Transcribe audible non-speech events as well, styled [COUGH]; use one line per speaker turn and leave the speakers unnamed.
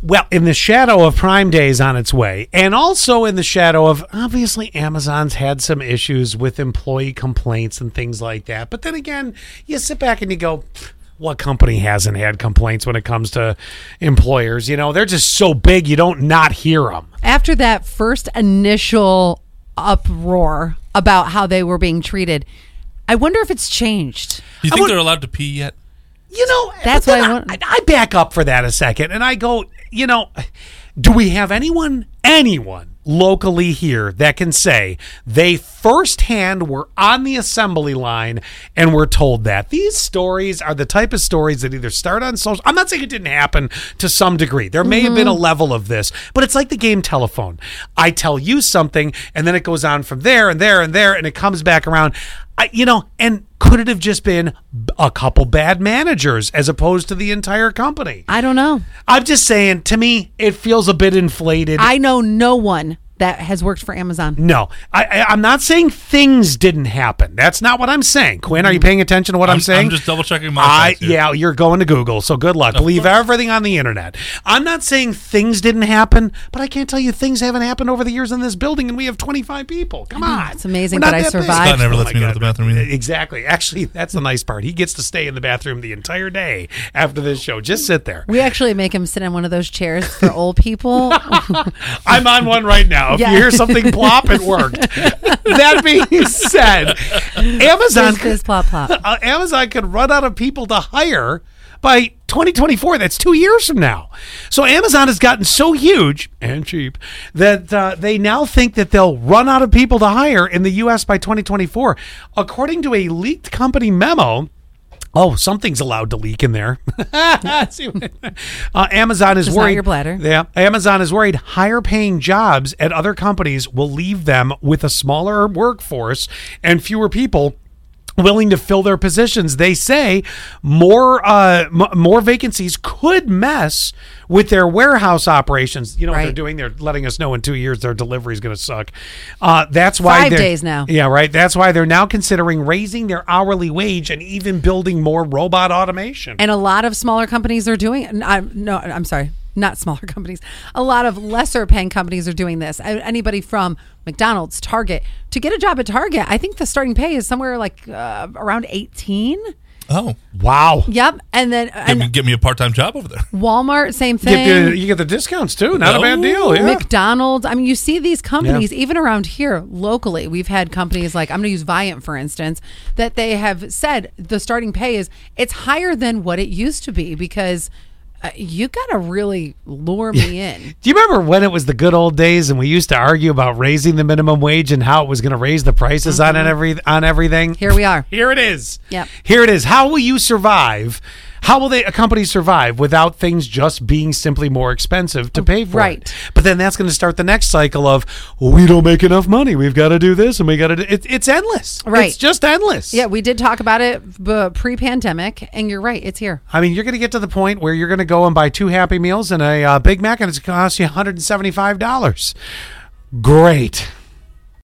well, in the shadow of Prime Day is on its way, and also in the shadow of obviously Amazon's had some issues with employee complaints and things like that. But then again, you sit back and you go, what company hasn't had complaints when it comes to employers? You know, they're just so big, you don't not hear them.
After that first initial uproar about how they were being treated, I wonder if it's changed.
I
Do you think
would-
they're allowed to pee yet?
You know,
That's
but then
why I want-
I, I back up for that a second and I go, you know, do we have anyone, anyone locally here that can say they firsthand were on the assembly line and were told that? These stories are the type of stories that either start on social. I'm not saying it didn't happen to some degree. There may have been a
Mm-hmm.
level of this, but it's like the game telephone. I tell you something and then it goes on from there and there and there and it comes back around. I, you know, and could it have just been b- a couple bad managers as opposed to the entire company?
I don't know.
I'm just saying, to me, it feels a bit inflated.
I know no one that has worked for Amazon.
no, I, I, I'm not saying things didn't happen. That's not what I'm saying. Quinn, are you paying attention to what I'm,
I'm-
saying?
I'm just double checking my
I,
facts here.
yeah, you're going to Google, so good luck. Believe everything on the internet. I'm not saying things didn't happen, but I can't tell you things haven't happened over the years in this building, and we have 25 people. Come on,
It's amazing
We're not
that I
big.
survived. Oh
Scott never lets
my
me go to the bathroom either.
Exactly. Actually, that's the nice part. He gets to stay in the bathroom the entire day after this show. Just sit
[LAUGHS]
there.
We actually make him sit in one of those chairs for old
[LAUGHS]
people.
I'm on one right now. If
Yeah.
you hear something plop, it
[LAUGHS]
worked. that being said, Amazon
Fizz, fizz, plop, plop.
uh, Amazon could run out of people to hire by 2024. That's two years from now. So Amazon has gotten so huge and cheap that uh, they now think that they'll run out of people to hire in the U.S. by 2024, according to a leaked company memo. Oh, something's allowed to leak in there. [LAUGHS] See what- uh, Amazon is
Just not
worried.
your bladder.
Yeah, Amazon is worried higher paying jobs at other companies will leave them with a smaller workforce and fewer people willing to fill their positions. They say more uh, m- more vacancies could mess with their warehouse operations. You know what they're
Right.
doing? They're letting us know in two years their delivery is going to suck. Uh, that's why
Five
they're-
days now.
Yeah, right. That's why they're now considering raising their hourly wage and even building more robot automation.
and a lot of smaller companies are doing it. I'm, no, I'm sorry, not smaller [LAUGHS] companies. A lot of lesser paying companies are doing this. A- Anybody from McDonald's, Target, to get a job at Target, I think the starting pay is somewhere like uh, around 18.
Oh,
wow.
Yep. And then
give
and
me, give me a part time job over there.
Walmart, same
You get, the,
thing.
you get the discounts too. Not a bad
Oh.
deal. Yeah.
McDonald's. I mean, you see these companies even around here locally. We've had companies like I'm going to use Viant for instance that they have said the starting pay is it's higher than what it used to be because uh, you got to really lure me in.
Do you remember when it was the good old days and we used to argue about raising the minimum wage and how it was going to raise the prices on it every on everything?
Mm-hmm. Here we are.
Here it is.
Yep.
Here it is. How will you survive? How will they a company survive without things just being simply more expensive to pay for?
Right.
It? But then that's going to start the next cycle of well, we don't make enough money. We've got to do this and we got to. do It, it's endless.
Right.
It's just endless.
Yeah, we did talk about it b- pre-pandemic, and you're right. It's here.
I mean, you're going to get to the point where you're going to go and buy two Happy Meals and a uh, Big Mac, and it's going to cost you $175. Great.